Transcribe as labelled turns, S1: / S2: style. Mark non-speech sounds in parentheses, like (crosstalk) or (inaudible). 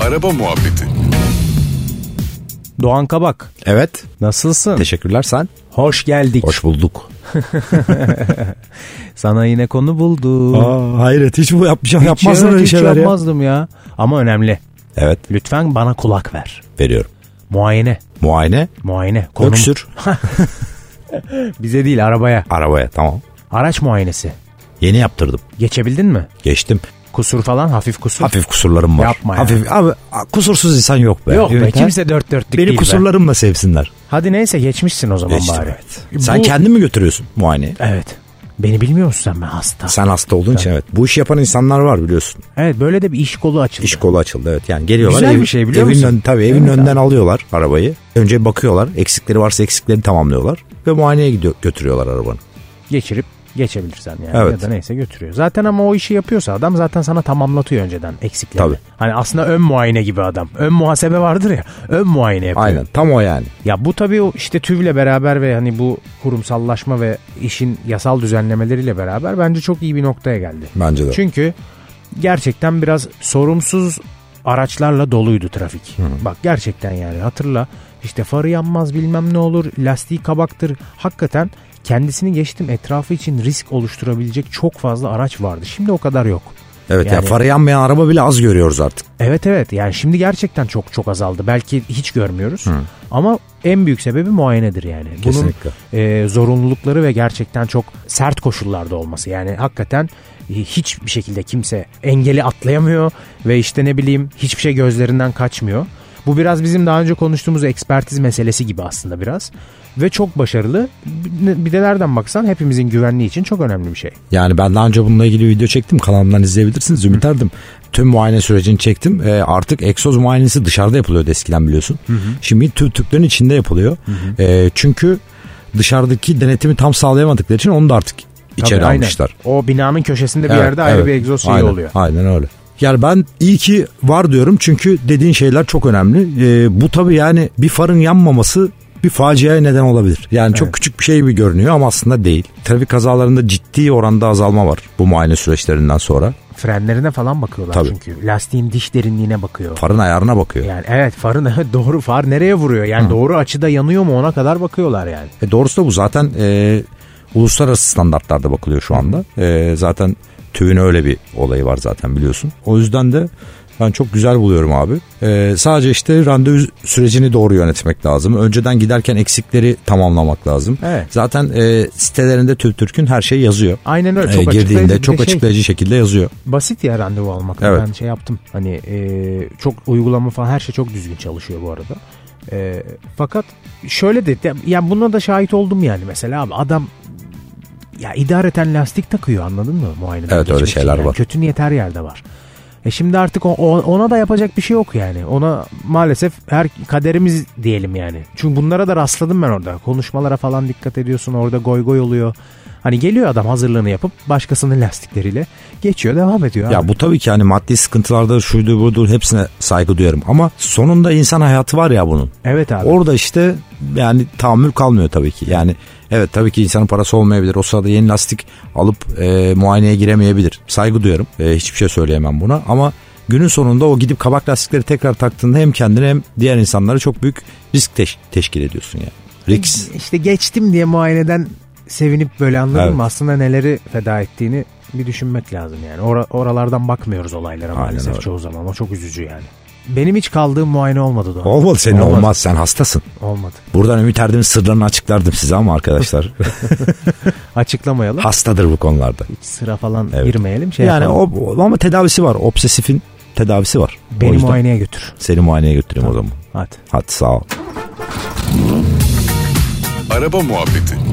S1: Araba muhabbeti.
S2: Doğan Kabak
S3: Evet.
S2: nasılsın?
S3: Teşekkürler sen.
S2: Hoş geldik.
S3: Hoş bulduk.
S2: Sana yine konu buldum.
S3: Aa, hayret hiç bu şey yapmış,
S2: Hiç
S3: yapmazdın
S2: evet,
S3: öyle
S2: hiç
S3: şeyler ya.
S2: yapmazdım ya. Ama önemli.
S3: Evet
S2: Lütfen bana kulak ver.
S3: veriyorum.
S2: Muayene.
S3: Muayene.
S2: Muayene. Konum
S3: Öksür.
S2: bize değil arabaya.
S3: Arabaya tamam.
S2: Araç muayenesi.
S3: Yeni yaptırdım.
S2: Geçebildin mi?
S3: Geçtim.
S2: Kusur falan hafif kusur.
S3: Hafif kusurlarım var.
S2: Yapma ya.
S3: Hafif, abi, a- kusursuz insan yok be.
S2: Yok be
S3: Evet, ha?
S2: kimse dört dörtlük
S3: Beni
S2: değil be.
S3: kusurlarımla sevsinler.
S2: Hadi neyse geçmişsin o zaman
S3: Geçtim
S2: bari.
S3: evet. Sen
S2: Bu-
S3: kendin mi götürüyorsun muayeneye?
S2: Evet. Beni bilmiyor musun sen ben hasta.
S3: Sen hasta olduğun için evet. Bu iş yapan insanlar var biliyorsun.
S2: Evet böyle de bir iş kolu açıldı.
S3: İş kolu açıldı evet. Yani geliyorlar.
S2: Güzel bir şey biliyor
S3: evin
S2: musun?
S3: Ön, tabii evin
S2: Evet
S3: önünden alıyorlar arabayı. Önce bakıyorlar. Eksikleri varsa eksiklerini tamamlıyorlar. Ve muayeneye gidiyor, götürüyorlar arabanı.
S2: Geçirip geçebilirsen yani
S3: Evet.
S2: ya da neyse götürüyor. Zaten ama o işi yapıyorsa adam zaten sana tamamlatıyor önceden eksiklerini.
S3: Tabii.
S2: Hani aslında ön muayene gibi adam. Ön muhasebe vardır ya. Ön muayene yapıyor.
S3: Aynen tam o yani.
S2: Ya bu tabii o işte TÜV'le beraber ve hani bu kurumsallaşma ve işin yasal düzenlemeleriyle beraber bence çok iyi bir noktaya geldi.
S3: Bence de.
S2: Çünkü gerçekten biraz sorumsuz araçlarla doluydu trafik. Bak gerçekten yani hatırla işte farı yanmaz bilmem ne olur lastiği kabaktır. Hakikaten kendisini geçtim etrafı için risk oluşturabilecek çok fazla araç vardı. Şimdi o kadar yok.
S3: evet ya
S2: yani-
S3: farı yanmayan araba bile az görüyoruz artık.
S2: Evet evet yani şimdi gerçekten çok çok azaldı. Belki hiç görmüyoruz. Ama en büyük sebebi muayenedir yani.
S3: Kesinlikle.
S2: Bunun e, zorunlulukları ve gerçekten çok sert koşullarda olması. Yani hakikaten e, hiçbir şekilde kimse engeli atlayamıyor ve işte ne bileyim hiçbir şey gözlerinden kaçmıyor. Bu biraz bizim daha önce konuştuğumuz ekspertiz meselesi gibi aslında biraz. Ve çok başarılı. Bir bir de nereden baksan hepimizin güvenliği için çok önemli bir şey.
S3: Yani ben daha önce bununla ilgili video çektim. Kanalımdan izleyebilirsiniz. Ümit Erdim. Tüm muayene sürecini çektim. Ee, artık egzoz muayenesi dışarıda yapılıyordu eskiden biliyorsun. Şimdi tü- tüplerin içinde yapılıyor. Ee, çünkü dışarıdaki denetimi tam sağlayamadıkları için onu da artık içeri
S2: Tabii, aynen.
S3: almışlar.
S2: O binanın köşesinde bir
S3: Evet,
S2: yerde ayrı
S3: evet.
S2: bir egzoz şeyi
S3: Aynen,
S2: oluyor.
S3: Aynen öyle. Yani ben iyi ki var diyorum çünkü dediğin şeyler çok önemli. Ee, bu tabii yani bir farın yanmaması bir faciaya neden olabilir. Yani çok küçük bir şey gibi görünüyor ama aslında değil. Trafik kazalarında ciddi oranda azalma var bu muayene süreçlerinden sonra.
S2: Frenlerine falan bakıyorlar
S3: Tabii.
S2: çünkü. Lastiğin diş derinliğine bakıyor.
S3: Farın ayarına bakıyor.
S2: Yani evet farın (laughs) doğru far nereye vuruyor? Yani doğru açıda yanıyor mu ona kadar bakıyorlar yani.
S3: E doğrusu da bu zaten e, uluslararası standartlarda bakılıyor şu anda. E, zaten TÜV'ün öyle bir olayı var zaten biliyorsun. O yüzden de ben çok güzel buluyorum abi. E, sadece işte randevu sürecini doğru yönetmek lazım. Önceden giderken eksikleri tamamlamak lazım.
S2: Evet.
S3: Zaten e, sitelerinde TÜVTÜRK'ün her şey yazıyor.
S2: Aynen öyle
S3: E,
S2: çok açıklayıcı.
S3: girdiğinde
S2: Bir de
S3: çok
S2: şey,
S3: açıklayıcı şekilde yazıyor.
S2: basit ya randevu almak.
S3: Evet.
S2: Ben şey yaptım. Hani e, çok uygulama falan her şey çok düzgün çalışıyor bu arada. E, fakat şöyle de de- yani buna da şahit oldum yani mesela abi adam ya idareten lastik takıyor anladın mı muayeneden
S3: Evet, öyle
S2: geçmek için
S3: şeyler
S2: yani.
S3: var.
S2: Kötü niyet her yerde var. E şimdi artık o- o- ona da yapacak bir şey yok yani. Ona maalesef her kaderimiz diyelim yani. Çünkü bunlara da rastladım ben orada. Konuşmalara falan dikkat ediyorsun. Orada goy goy oluyor. Hani geliyor adam hazırlığını yapıp başkasının lastikleriyle geçiyor devam ediyor. abi.
S3: Ya bu tabii ki hani maddi sıkıntılarda şuydu budur hepsine saygı duyarım. Ama sonunda insan hayatı var ya bunun.
S2: evet abi.
S3: Orada işte yani tahammül kalmıyor tabii ki. Yani evet tabii ki insanın parası olmayabilir. O sırada yeni lastik alıp e, muayeneye giremeyebilir. Saygı duyarım. E, hiçbir şey söyleyemem buna ama günün sonunda o gidip kabak lastikleri tekrar taktığında hem kendine hem diğer insanlara çok büyük risk teş- teşkil ediyorsun yani. Risk.
S2: İşte geçtim diye muayeneden sevinip böyle anladın
S3: Evet.
S2: mı? Aslında neleri feda ettiğini bir düşünmek lazım yani. Ora- oralardan bakmıyoruz olaylara
S3: Aynen
S2: maalesef
S3: öyle.
S2: çoğu zaman. O çok üzücü yani. Benim hiç kaldığım muayene olmadı da.
S3: Olmadı senin
S2: Olmadı.
S3: olmaz sen hastasın.
S2: Olmadı.
S3: Buradan Ümit Erdem'in sırlarını açıklardım size ama arkadaşlar (laughs)
S2: Açıklamayalım.
S3: hastadır bu konularda.
S2: Hiç sıra falan
S3: Evet.
S2: girmeyelim. Şey
S3: yani
S2: yapalım.
S3: o, ama tedavisi var. Obsesifin tedavisi var. O
S2: Beni
S3: yüzden
S2: muayeneye götür.
S3: Seni muayeneye götüreyim o zaman.
S2: Hadi.
S3: Hadi sağ ol.
S1: Araba muhabbeti.